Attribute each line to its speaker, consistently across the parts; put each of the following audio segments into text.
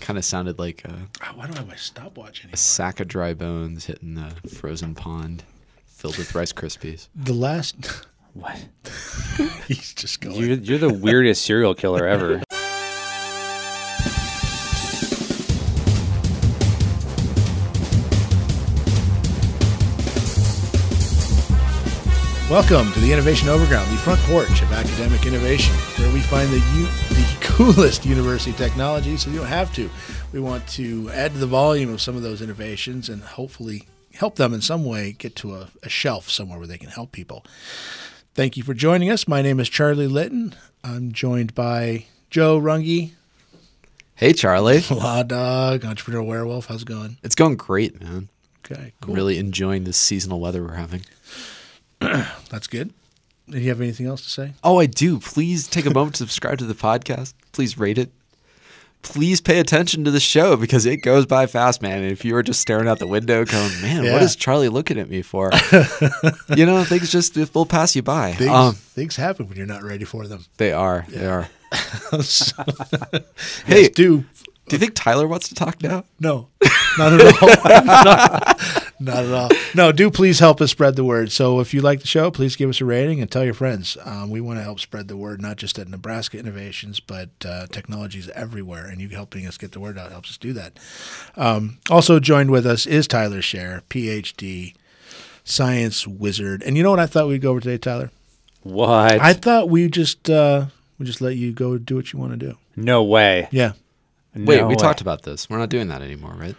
Speaker 1: kind of sounded like a,
Speaker 2: Ah, why don't I have my stopwatch anymore?
Speaker 1: a sack of dry bones hitting the frozen pond filled with Rice Krispies.
Speaker 2: The last.
Speaker 3: What?
Speaker 2: He's just going.
Speaker 3: You're, you're the weirdest serial killer ever.
Speaker 2: Welcome to the Innovation Overground, the front porch of academic innovation, where we find the u- the coolest university technologies so you don't have to. We want to add to the volume of some of those innovations and hopefully help them in some way get to a, a shelf somewhere where they can help people. Thank you for joining us. My name is Charlie Litton. I'm joined by Joe Runge,
Speaker 1: Hey, Charlie.
Speaker 2: Law Dog, Entrepreneur Werewolf. How's it going?
Speaker 1: It's going great, man.
Speaker 2: Okay,
Speaker 1: I'm really enjoying this seasonal weather we're having.
Speaker 2: That's good. Do you have anything else to say?
Speaker 1: Oh, I do. Please take a moment to subscribe to the podcast. Please rate it. Please pay attention to the show because it goes by fast, man. And if you were just staring out the window, going, "Man,
Speaker 2: Yeah.
Speaker 1: what is Charlie looking at me for?" you know, things just will pass you by.
Speaker 2: Things,
Speaker 1: Um,
Speaker 2: things happen when you're not ready for them.
Speaker 1: they are. They are.
Speaker 2: So-
Speaker 1: Hey,
Speaker 2: yes, do
Speaker 1: do you think Tyler wants to talk now?
Speaker 2: no, not at all, not, not at all. No, do please help us spread the word. So if you like the show, please give us a rating and tell your friends. Um, we want to help spread the word, not just at Nebraska Innovations, but uh, technologies everywhere. And you helping us get the word out helps us do that. Um, also joined with us is Tyler Scher, PhD, science wizard. And you know what I thought we'd go over today, Tyler?
Speaker 3: What?
Speaker 2: I thought we just uh, we just let you go do what you want to do.
Speaker 3: no way.
Speaker 2: Yeah.
Speaker 1: Wait,
Speaker 3: No
Speaker 1: we
Speaker 3: way.
Speaker 1: talked about this. We're not doing that anymore, right?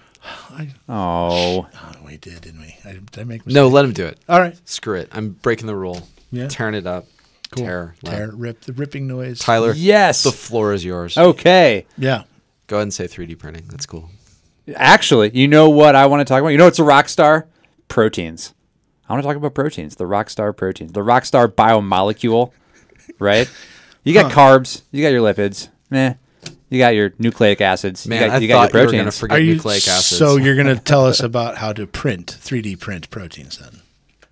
Speaker 2: I,
Speaker 3: Oh,
Speaker 2: Oh, we did, didn't we? I, did I make
Speaker 1: No, let him do it.
Speaker 2: All right.
Speaker 1: Screw it. I'm breaking the rule.
Speaker 2: Yeah.
Speaker 1: Turn it up. Tear. loud.
Speaker 2: Tear, rip, the ripping noise.
Speaker 1: Tyler.
Speaker 3: yes. Oh.
Speaker 1: The floor is yours.
Speaker 3: okay.
Speaker 2: Yeah.
Speaker 1: Go ahead and say 3D printing. That's cool.
Speaker 3: Actually, you know what I want to talk about? You know, it's a rock star proteins. I want to talk about proteins. The rock star proteins. The rock star biomolecule. Right. You got carbs. You got your lipids. Meh. You got your nucleic acids.
Speaker 1: Man,
Speaker 3: you got,
Speaker 1: I
Speaker 3: you
Speaker 1: thought
Speaker 3: got your
Speaker 1: you were gonna
Speaker 3: proteins.
Speaker 1: forget nucleic acids.
Speaker 2: So you're going to tell us about how to print 3D print proteins then?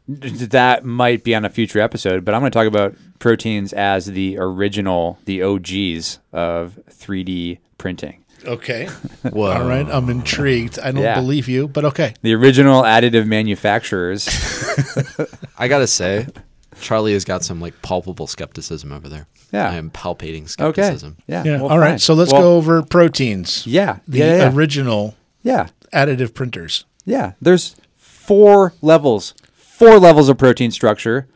Speaker 3: that might be on a future episode, but I'm going to talk about proteins as the original, the OGs of 3D printing.
Speaker 2: Okay.
Speaker 1: Whoa.
Speaker 2: All right. I'm intrigued. I don't
Speaker 3: Yeah.
Speaker 2: believe you, but okay.
Speaker 3: The original additive manufacturers.
Speaker 1: I gotta say, Charlie has got some like palpable skepticism over there.
Speaker 3: Yeah.
Speaker 1: I am palpating
Speaker 3: Okay.
Speaker 1: skepticism.
Speaker 3: Yeah.
Speaker 2: Yeah. All right.
Speaker 3: well, fine.
Speaker 2: So let's
Speaker 3: Well,
Speaker 2: go over proteins.
Speaker 3: Yeah.
Speaker 2: The
Speaker 3: yeah. Yeah.
Speaker 2: original
Speaker 3: yeah.
Speaker 2: additive printers.
Speaker 3: Yeah. There's four levels, four levels of protein structure.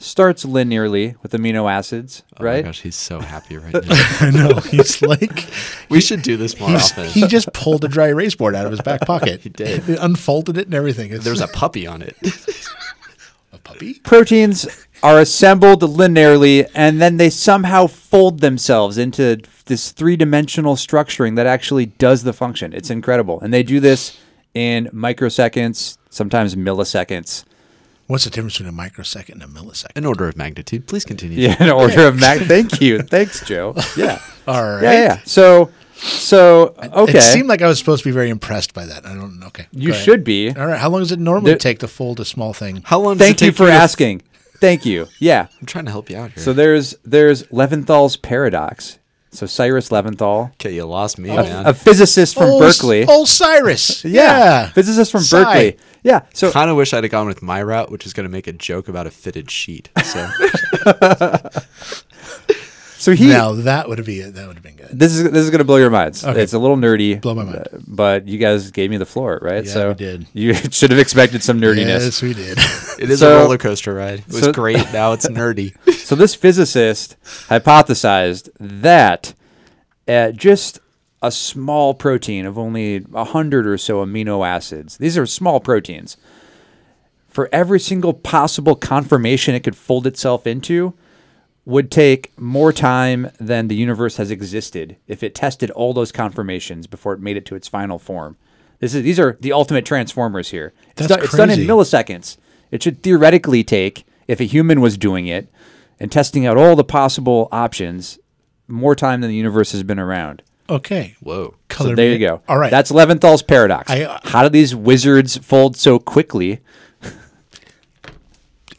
Speaker 3: Starts linearly with amino acids,
Speaker 1: Oh
Speaker 3: right?
Speaker 1: my gosh, he's so happy right now.
Speaker 2: I know. He's like,
Speaker 1: we should do this more
Speaker 2: he's,
Speaker 1: often.
Speaker 2: he just pulled a dry erase board out of his back pocket. he
Speaker 1: did.
Speaker 2: unfolded it and everything. It's
Speaker 1: There's a puppy on it.
Speaker 2: a puppy.
Speaker 3: proteins are assembled linearly and then they somehow fold themselves into this three-dimensional structuring that actually does the function. It's incredible. And they do this in microseconds, sometimes milliseconds.
Speaker 2: What's the difference between a microsecond and a millisecond?
Speaker 1: An order of magnitude. Please continue.
Speaker 3: Yeah, in order of mag. Thank you. Thanks, Joe. Yeah.
Speaker 2: All right.
Speaker 3: Yeah, yeah. So so okay.
Speaker 2: It seemed like I was supposed to be very impressed by that. I don't. Okay.
Speaker 3: you
Speaker 2: Go ahead.
Speaker 3: should be.
Speaker 2: All right. How long does it normally
Speaker 3: There-
Speaker 2: take to fold a small thing?
Speaker 1: How long? does
Speaker 3: Thank
Speaker 1: it
Speaker 3: you
Speaker 1: take
Speaker 3: for
Speaker 1: to-
Speaker 3: asking. Thank you. Yeah.
Speaker 1: I'm trying to help you out here.
Speaker 3: So there's there's Leventhal's paradox. So Cyrus Leventhal,
Speaker 1: okay, you lost me, man.
Speaker 3: a, a physicist from
Speaker 2: Old-
Speaker 3: Berkeley.
Speaker 2: Old Cyrus.
Speaker 3: yeah.
Speaker 2: yeah.
Speaker 3: Physicist from
Speaker 2: Cy.
Speaker 3: Berkeley. Yeah. So
Speaker 1: kind of wish I'd have gone with my route, which is going to make a joke about a fitted sheet. So
Speaker 3: so he
Speaker 2: now that would be that would have been good.
Speaker 3: this is this is going to blow your minds. It's a little nerdy.
Speaker 2: Blow my mind.
Speaker 3: uh, But you guys gave me the floor, right?
Speaker 2: Yeah,
Speaker 3: so
Speaker 2: we did.
Speaker 3: you should have expected some nerdiness.
Speaker 2: Yes, we did.
Speaker 1: it is a
Speaker 3: So-
Speaker 1: roller coaster ride. It was
Speaker 3: so-
Speaker 1: great. Now it's nerdy.
Speaker 3: So this physicist hypothesized that uh, just a small protein of only 100 or so amino acids. These are small proteins. For every single possible conformation it could fold itself into would take more time than the universe has existed if it tested all those conformations before it made it to its final form. This is these are the ultimate transformers here.
Speaker 2: That's
Speaker 3: it's, done, it's done in
Speaker 2: crazy.
Speaker 3: milliseconds. It should theoretically take if a human was doing it and testing out all the possible options more time than the universe has been around.
Speaker 2: Okay.
Speaker 1: Whoa.
Speaker 2: Color
Speaker 3: There
Speaker 2: me-
Speaker 3: you go.
Speaker 2: All right.
Speaker 3: That's Leventhal's paradox.
Speaker 2: I, uh,
Speaker 3: How do these wizards fold so quickly?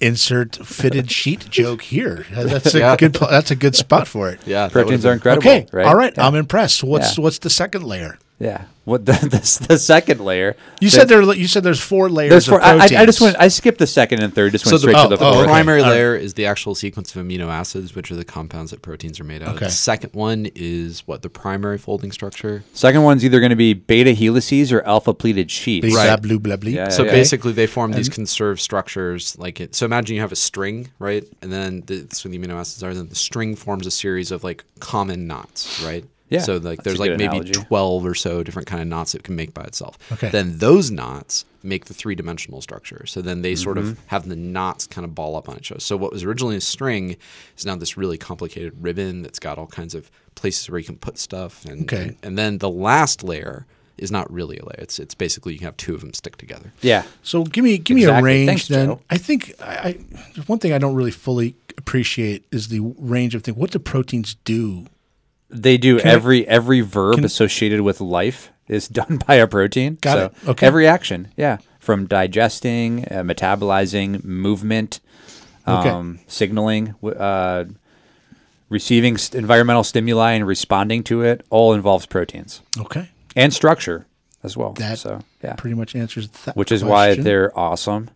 Speaker 2: insert fitted sheet joke here. That's a
Speaker 1: Yeah.
Speaker 2: good. pl- That's a good spot for it.
Speaker 1: Yeah. that would've
Speaker 3: Proteins are
Speaker 1: been-
Speaker 3: incredible.
Speaker 2: Okay.
Speaker 3: Right?
Speaker 2: All right. I'm impressed. What's
Speaker 3: Yeah.
Speaker 2: what's the second layer?
Speaker 3: Yeah. What the, the, the second layer?
Speaker 2: You said there. You said there's four layers.
Speaker 3: There's four,
Speaker 2: Of
Speaker 3: I, I
Speaker 2: proteins.
Speaker 3: I just went. I skipped the second and third. Just went
Speaker 1: So the,
Speaker 3: straight to the
Speaker 2: oh,
Speaker 3: fourth.
Speaker 2: okay.
Speaker 1: primary
Speaker 2: All right.
Speaker 1: layer is the actual sequence of amino acids, which are the compounds that proteins are made out of.
Speaker 2: Okay.
Speaker 1: The second one is what the primary folding structure.
Speaker 3: Second one's either going to be beta helices or alpha pleated sheets.
Speaker 2: Blah,
Speaker 1: Right.
Speaker 2: blue, blah, blah.
Speaker 3: Yeah,
Speaker 1: So
Speaker 3: yeah, yeah.
Speaker 1: basically, they form these conserved structures. Like, it, so imagine you have a string, right? And then the, that's what the amino acids are. Then the string forms a series of like common knots, right?
Speaker 3: Yeah,
Speaker 1: So like,
Speaker 3: that's
Speaker 1: there's
Speaker 3: a
Speaker 1: like
Speaker 3: good
Speaker 1: maybe
Speaker 3: analogy.
Speaker 1: twelve or so different kind of knots it can make by itself.
Speaker 2: Okay.
Speaker 1: Then those knots make the three dimensional structure. So then they sort
Speaker 3: Mm-hmm.
Speaker 1: of have the knots kind of ball up on each other. So what was originally a string is now this really complicated ribbon that's got all kinds of places where you can put stuff. And,
Speaker 2: Okay.
Speaker 1: and, and then the last layer is not really a layer. It's it's basically you can have two of them stick together.
Speaker 3: Yeah.
Speaker 2: So give me give me a
Speaker 3: Exactly.
Speaker 2: range
Speaker 3: Thanks,
Speaker 2: then.
Speaker 3: Joe.
Speaker 2: I think I, I there's one thing I don't really fully appreciate is the range of things. What do proteins do?
Speaker 3: They do
Speaker 2: I-
Speaker 3: every every verb associated with life is done by a protein.
Speaker 2: Got
Speaker 3: so
Speaker 2: it. Okay.
Speaker 3: Every action, yeah, from digesting, uh, metabolizing, movement,
Speaker 2: Okay.
Speaker 3: um, signaling, w- uh, receiving st- environmental stimuli and responding to it, all involves proteins
Speaker 2: Okay,
Speaker 3: and structure as well.
Speaker 2: That
Speaker 3: so yeah,
Speaker 2: pretty much answers that.
Speaker 3: which is why
Speaker 2: question.
Speaker 3: they're awesome.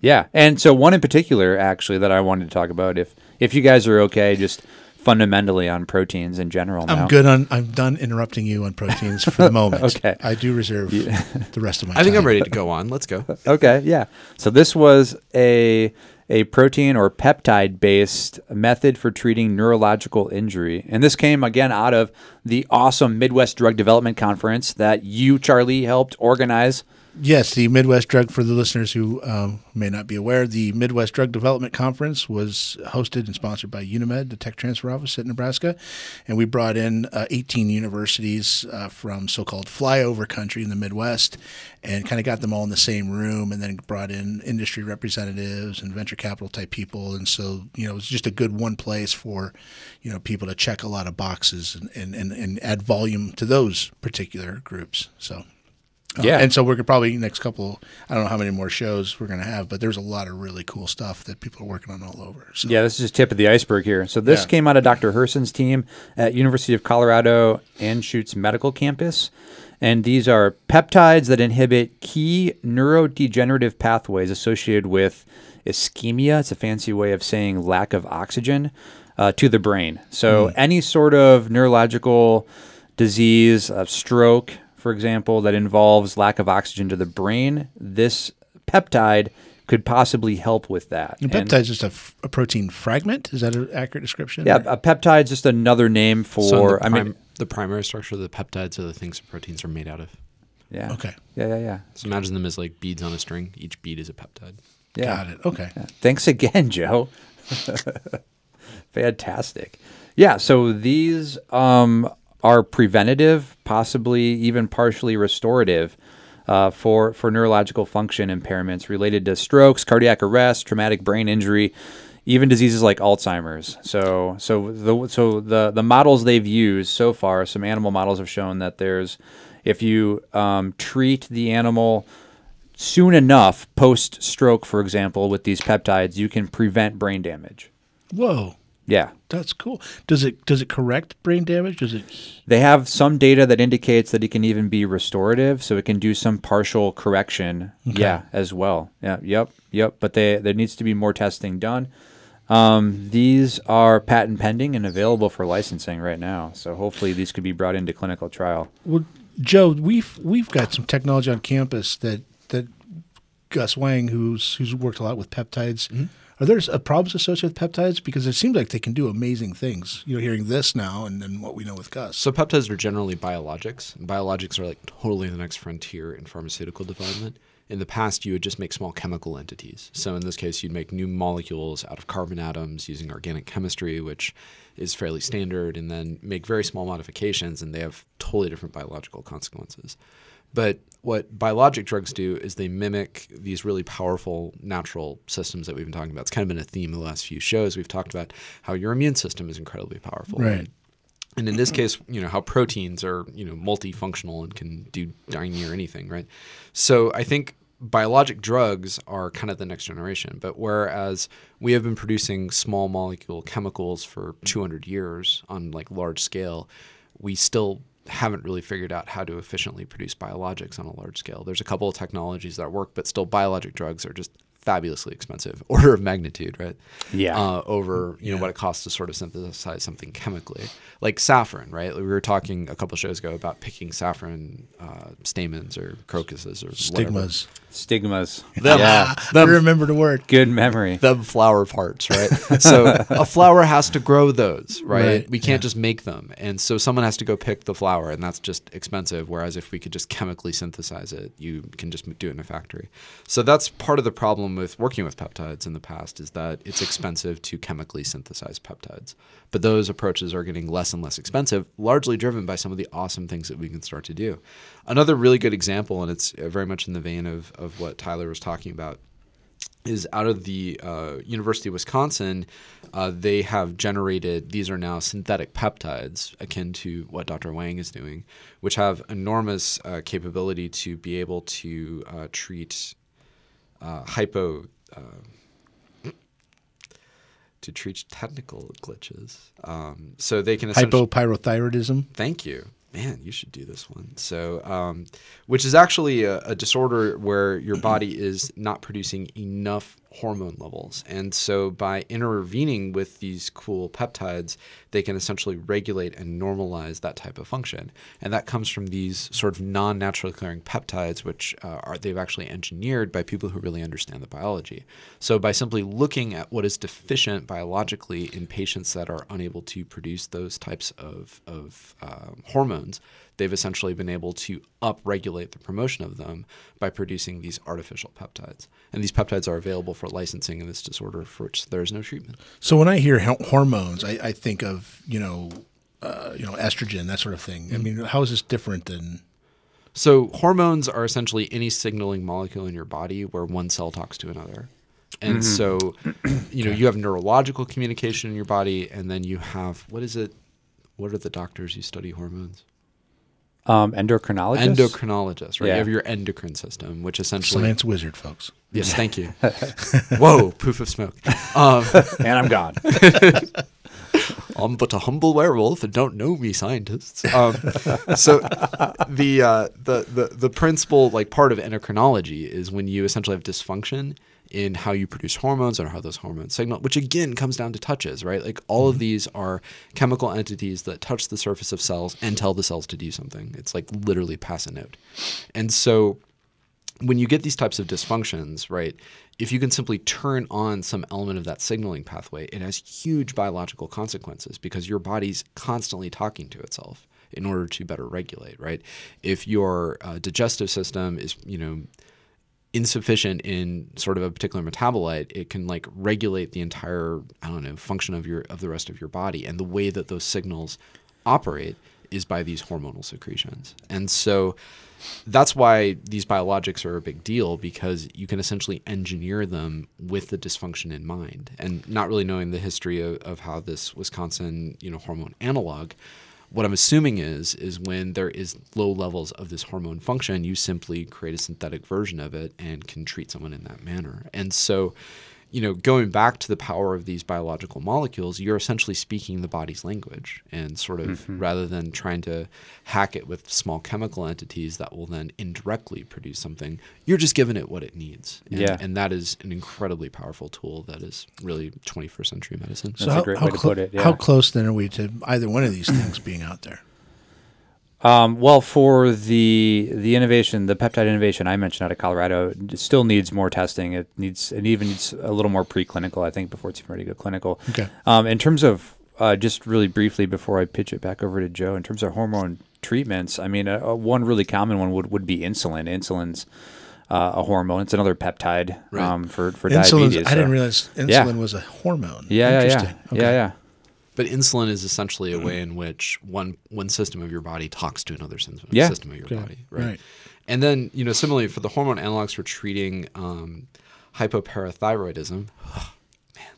Speaker 3: Yeah, and so one in particular actually that I wanted to talk about. If if you guys are okay, just fundamentally on proteins in general.
Speaker 2: I'm
Speaker 3: now.
Speaker 2: good on. I'm done interrupting you on proteins for the moment.
Speaker 3: Okay.
Speaker 2: I do reserve the rest of my.
Speaker 1: I think
Speaker 2: time.
Speaker 1: I'm ready to go on. Let's go.
Speaker 3: Okay, yeah. So this was a a protein or peptide based method for treating neurological injury. And this came again out of the awesome Midwest Drug Development Conference that you, Charlie, helped organize.
Speaker 2: Yes, the Midwest Drug for the listeners who um, may not be aware, the Midwest Drug Development Conference was hosted and sponsored by Unimed, the tech transfer office at Nebraska, and we brought in uh, 18 universities uh, from so-called flyover country in the Midwest, and kind of got them all in the same room, and then brought in industry representatives and venture capital type people, and so you know it was just a good one place for you know people to check a lot of boxes and and, and, and add volume to those particular groups. So. Uh,
Speaker 3: Yeah.
Speaker 2: and so we're gonna probably next couple. I don't know how many more shows we're gonna have, but there's a lot of really cool stuff that people are working on all over. So
Speaker 3: Yeah, this is just tip of the iceberg here. So this
Speaker 2: Yeah.
Speaker 3: came out of Dr. Herson's team at University of Colorado Anschutz Medical Campus, and these are peptides that inhibit key neurodegenerative pathways associated with ischemia. It's a fancy way of saying lack of oxygen uh, to the brain. So
Speaker 2: Hmm.
Speaker 3: any sort of neurological disease, uh, stroke, for example, that involves lack of oxygen to the brain, this peptide could possibly help with that.
Speaker 2: And
Speaker 3: And-
Speaker 2: peptide is just a, f- a protein fragment. Is that an accurate description?
Speaker 3: yeah,
Speaker 2: Or-
Speaker 3: a peptide's just another name for.
Speaker 1: So the,
Speaker 3: I mean,
Speaker 1: prim- the primary structure of the peptides are the things that proteins are made out of.
Speaker 3: yeah.
Speaker 2: Okay.
Speaker 3: Yeah, yeah, yeah.
Speaker 1: So imagine them as like beads on a string. Each bead is a peptide.
Speaker 3: yeah.
Speaker 2: Got it. Okay.
Speaker 3: Thanks again, Joe. Fantastic. Yeah, so these um, are preventative, possibly even partially restorative uh, for, for neurological function impairments related to strokes, cardiac arrest, traumatic brain injury, even diseases like Alzheimer's. So, so the so the the models they've used so far, some animal models have shown that there's if you um, treat the animal soon enough post stroke for example with these peptides you can prevent brain damage
Speaker 2: Whoa,
Speaker 3: yeah
Speaker 2: that's cool. Does it does it correct brain damage? Does it?
Speaker 3: they have some data that indicates that it can even be restorative so it can do some partial correction yeah as well yeah yep yep but they, there needs to be more testing done um, these are patent pending and available for licensing right now so hopefully these could be brought into clinical trial
Speaker 2: Well, Joe, we've we've got some technology on campus that that Gus Wang, who's who's worked a lot with peptides.
Speaker 3: Mm-hmm.
Speaker 2: Are there s- uh, problems associated with peptides? Because it seems like they can do amazing things. You know, hearing this now and then what we know with Gus.
Speaker 1: So peptides are generally biologics. And biologics are like totally the next frontier in pharmaceutical development. In the past, you would just make small chemical entities. So in this case, you'd make new molecules out of carbon atoms using organic chemistry, which is fairly standard, and then make very small modifications, and they have totally different biological consequences. But what biologic drugs do is they mimic these really powerful natural systems that we've been talking about. It's kind of been a theme the last few shows. We've talked about how your immune system is incredibly powerful
Speaker 2: Right.
Speaker 1: and in this case, you know how proteins are you know multifunctional and can do dang near anything, right? So I think biologic drugs are kind of the next generation. But whereas we have been producing small molecule chemicals for 200 years on like large scale, we still haven't really figured out how to efficiently produce biologics on a large scale. There's a couple of technologies that work, but still biologic drugs are just fabulously expensive, order of magnitude, right?
Speaker 3: Yeah.
Speaker 1: Uh, over you know what it costs to sort of synthesize something chemically, like saffron, right? We were talking a couple shows ago about picking saffron uh, stamens or crocuses or whatever.
Speaker 2: Stigmas.
Speaker 3: Stigmas.
Speaker 1: Them,
Speaker 3: Yeah.
Speaker 2: I remember the word.
Speaker 3: Good memory.
Speaker 1: them flower parts, right? so a flower has to grow those, right?
Speaker 2: Right,
Speaker 1: We can't just make them. And so someone has to go pick the flower, and that's just expensive. Whereas if we could just chemically synthesize it, you can just do it in a factory. So that's part of the problem with working with peptides in the past is that it's expensive to chemically synthesize peptides. But those approaches are getting less and less expensive, largely driven by some of the awesome things that we can start to do. Another really good example, and it's uh, very much in the vein of, of what Tyler was talking about is out of the uh, University of Wisconsin. Uh, they have generated these are now synthetic peptides akin to what Dr. Wang is doing, which have enormous uh, capability to be able to uh, treat uh, hypo. Uh, to treat technical glitches, um, so they can essentially-
Speaker 2: Hypopyrothyroidism.
Speaker 1: Thank you. Man, you should do this one. So, um, which is actually a, a disorder where your body is not producing enough hormone levels. And so, by intervening with these cool peptides, they can essentially regulate and normalize that type of function. And that comes from these sort of non naturally occurring peptides, which uh, are they've actually engineered by people who really understand the biology. So, by simply looking at what is deficient biologically in patients that are unable to produce those types of, of um, hormones, they've essentially been able to upregulate the promotion of them by producing these artificial peptides. And these peptides are available for licensing in this disorder for which there is no treatment.
Speaker 2: So when I hear he- hormones, I, I think of you know, uh, you know, estrogen, that sort of thing.
Speaker 3: Mm.
Speaker 2: I mean, how is this different than?
Speaker 1: So hormones are essentially any signaling molecule in your body where one cell talks to another. And so, you know, you have neurological communication in your body, and then you have what is it? What are the doctors who study hormones?
Speaker 3: Um, endocrinologist.
Speaker 1: Endocrinologists, right? You
Speaker 3: Yeah.
Speaker 1: have your endocrine system, which essentially.
Speaker 2: Science wizard, folks.
Speaker 1: Yes, thank you. Whoa, poof of smoke. Um,
Speaker 3: and I'm gone.
Speaker 1: I'm but a humble werewolf and don't know me scientists. Um, so the, uh, the the the principal like part of endocrinology is when you essentially have dysfunction in how you produce hormones and how those hormones signal, which again comes down to touches, right? Like all of these are chemical entities that touch the surface of cells and tell the cells to do something. It's like literally pass a note, and so when you get these types of dysfunctions, right, if you can simply turn on some element of that signaling pathway, it has huge biological consequences because your body's constantly talking to itself in order to better regulate, right? If your uh, digestive system is, you know, insufficient in sort of a particular metabolite, it can like regulate the entire I don't know function of your of the rest of your body, and the way that those signals operate is by these hormonal secretions, and so that's why these biologics are a big deal because you can essentially engineer them with the dysfunction in mind, and not really knowing the history of, of how this Wisconsin you know hormone analog what I'm assuming is is when there is low levels of this hormone function, you simply create a synthetic version of it and can treat someone in that manner. And so, you know, going back to the power of these biological molecules, you're essentially speaking the body's language and sort of rather than trying to hack it with small chemical entities that will then indirectly produce something, you're just giving it what it needs. And,
Speaker 3: Yeah.
Speaker 1: and that is an incredibly powerful tool that is really 21st century medicine.
Speaker 3: That's a great way to put it, yeah.
Speaker 2: How close then are we to either one of these things being out there?
Speaker 3: Um, well, for the the innovation, the peptide innovation I mentioned out of Colorado, it still needs more testing. It needs it even needs a little more preclinical, I think, before it's even ready to go clinical.
Speaker 2: Okay.
Speaker 3: Um, in terms of uh, just really briefly before I pitch it back over to Joe, in terms of hormone treatments, I mean, uh, uh, one really common one would, would be insulin. Insulin's uh, a hormone. It's another peptide
Speaker 1: Right.
Speaker 3: um, for for
Speaker 2: Insulin.
Speaker 3: diabetes.
Speaker 2: I didn't
Speaker 3: so-
Speaker 2: realize insulin
Speaker 3: Yeah.
Speaker 2: was a hormone.
Speaker 3: Yeah, yeah, yeah,
Speaker 2: Interesting. Okay.
Speaker 3: yeah, yeah.
Speaker 1: But insulin is essentially a
Speaker 3: Mm-hmm.
Speaker 1: way in which one one system of your body talks to another system,
Speaker 3: Yeah.
Speaker 1: system of your body, right?
Speaker 2: Right.
Speaker 1: And then you know similarly for the hormone analogs for treating um, hypoparathyroidism, man,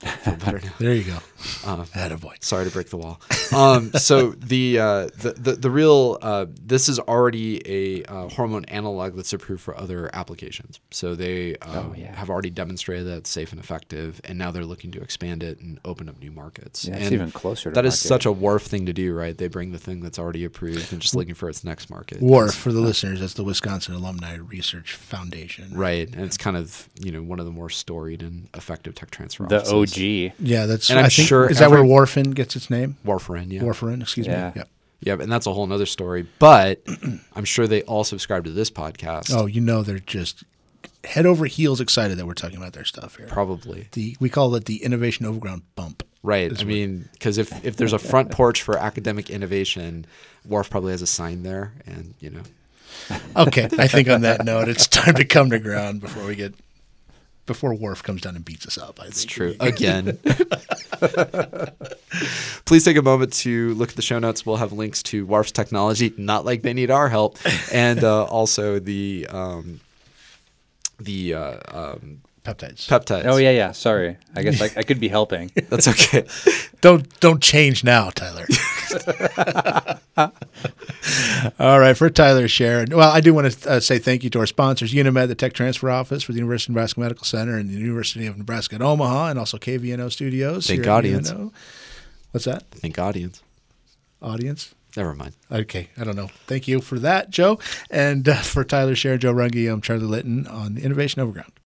Speaker 1: I feel better now.
Speaker 2: There you go.
Speaker 3: Uh-huh.
Speaker 2: Attaboy.
Speaker 1: Sorry to break the wall. Um, so the, uh, the the the real uh, this is already a uh, hormone analog that's approved for other applications. So they uh,
Speaker 3: Oh,
Speaker 1: have already demonstrated that it's safe and effective, and now they're looking to expand it and open up new markets.
Speaker 3: Yeah, it's
Speaker 1: and
Speaker 3: even closer to
Speaker 1: That is
Speaker 3: market.
Speaker 1: such a wharf thing to do, right? They bring the thing that's already approved and just looking for its next market.
Speaker 2: WARF, for the listeners, that's the Wisconsin Alumni Research Foundation.
Speaker 1: Right, and it's kind of you know one of the more storied and effective tech transfer.
Speaker 3: The
Speaker 1: offices.
Speaker 3: OG.
Speaker 2: Yeah, that's.
Speaker 1: And I'm
Speaker 2: I think,
Speaker 1: sure
Speaker 2: is that where
Speaker 1: every-
Speaker 2: Warfin gets its name?
Speaker 1: warfarin, yeah,
Speaker 2: Warfarin, excuse
Speaker 3: Yeah.
Speaker 2: me. Yep.
Speaker 1: yeah, and that's a whole nother story. But I'm sure they all subscribe to this podcast.
Speaker 2: Oh, you know they're just head over heels excited that we're talking about their stuff here.
Speaker 1: Probably.
Speaker 2: The we call it the innovation overground bump.
Speaker 1: Right. I mean, because if, if there's a front porch for academic innovation, Wharf probably has a sign there. And, you know,
Speaker 2: Okay, I think on that note, it's time to come to ground before we get before Worf comes down and beats us up. I
Speaker 1: it's true. Again. Please take a moment to look at the show notes. We'll have links to Wharf's technology, not like they need our help, and uh, also the um, the uh, um,
Speaker 2: Peptides.
Speaker 1: peptides.
Speaker 3: Oh yeah, yeah. Sorry. I guess I, I could be helping.
Speaker 1: That's okay.
Speaker 2: Don't don't change now, Tyler. All right, for Tyler Sharon. Well, I do want to uh, say thank you to our sponsors, Unimed, the Tech Transfer Office for the University of Nebraska Medical Center and the University of Nebraska at Omaha, and also KVNO Studios.
Speaker 1: Think
Speaker 2: here at
Speaker 1: audience.
Speaker 2: UNO. What's that?
Speaker 1: Think audience.
Speaker 2: Audience?
Speaker 1: Never mind.
Speaker 2: Okay, I don't know. Thank you for that, Joe. And uh, for Tyler Sharon, Joe Runge, I'm Charlie Litton on the Innovation Overground.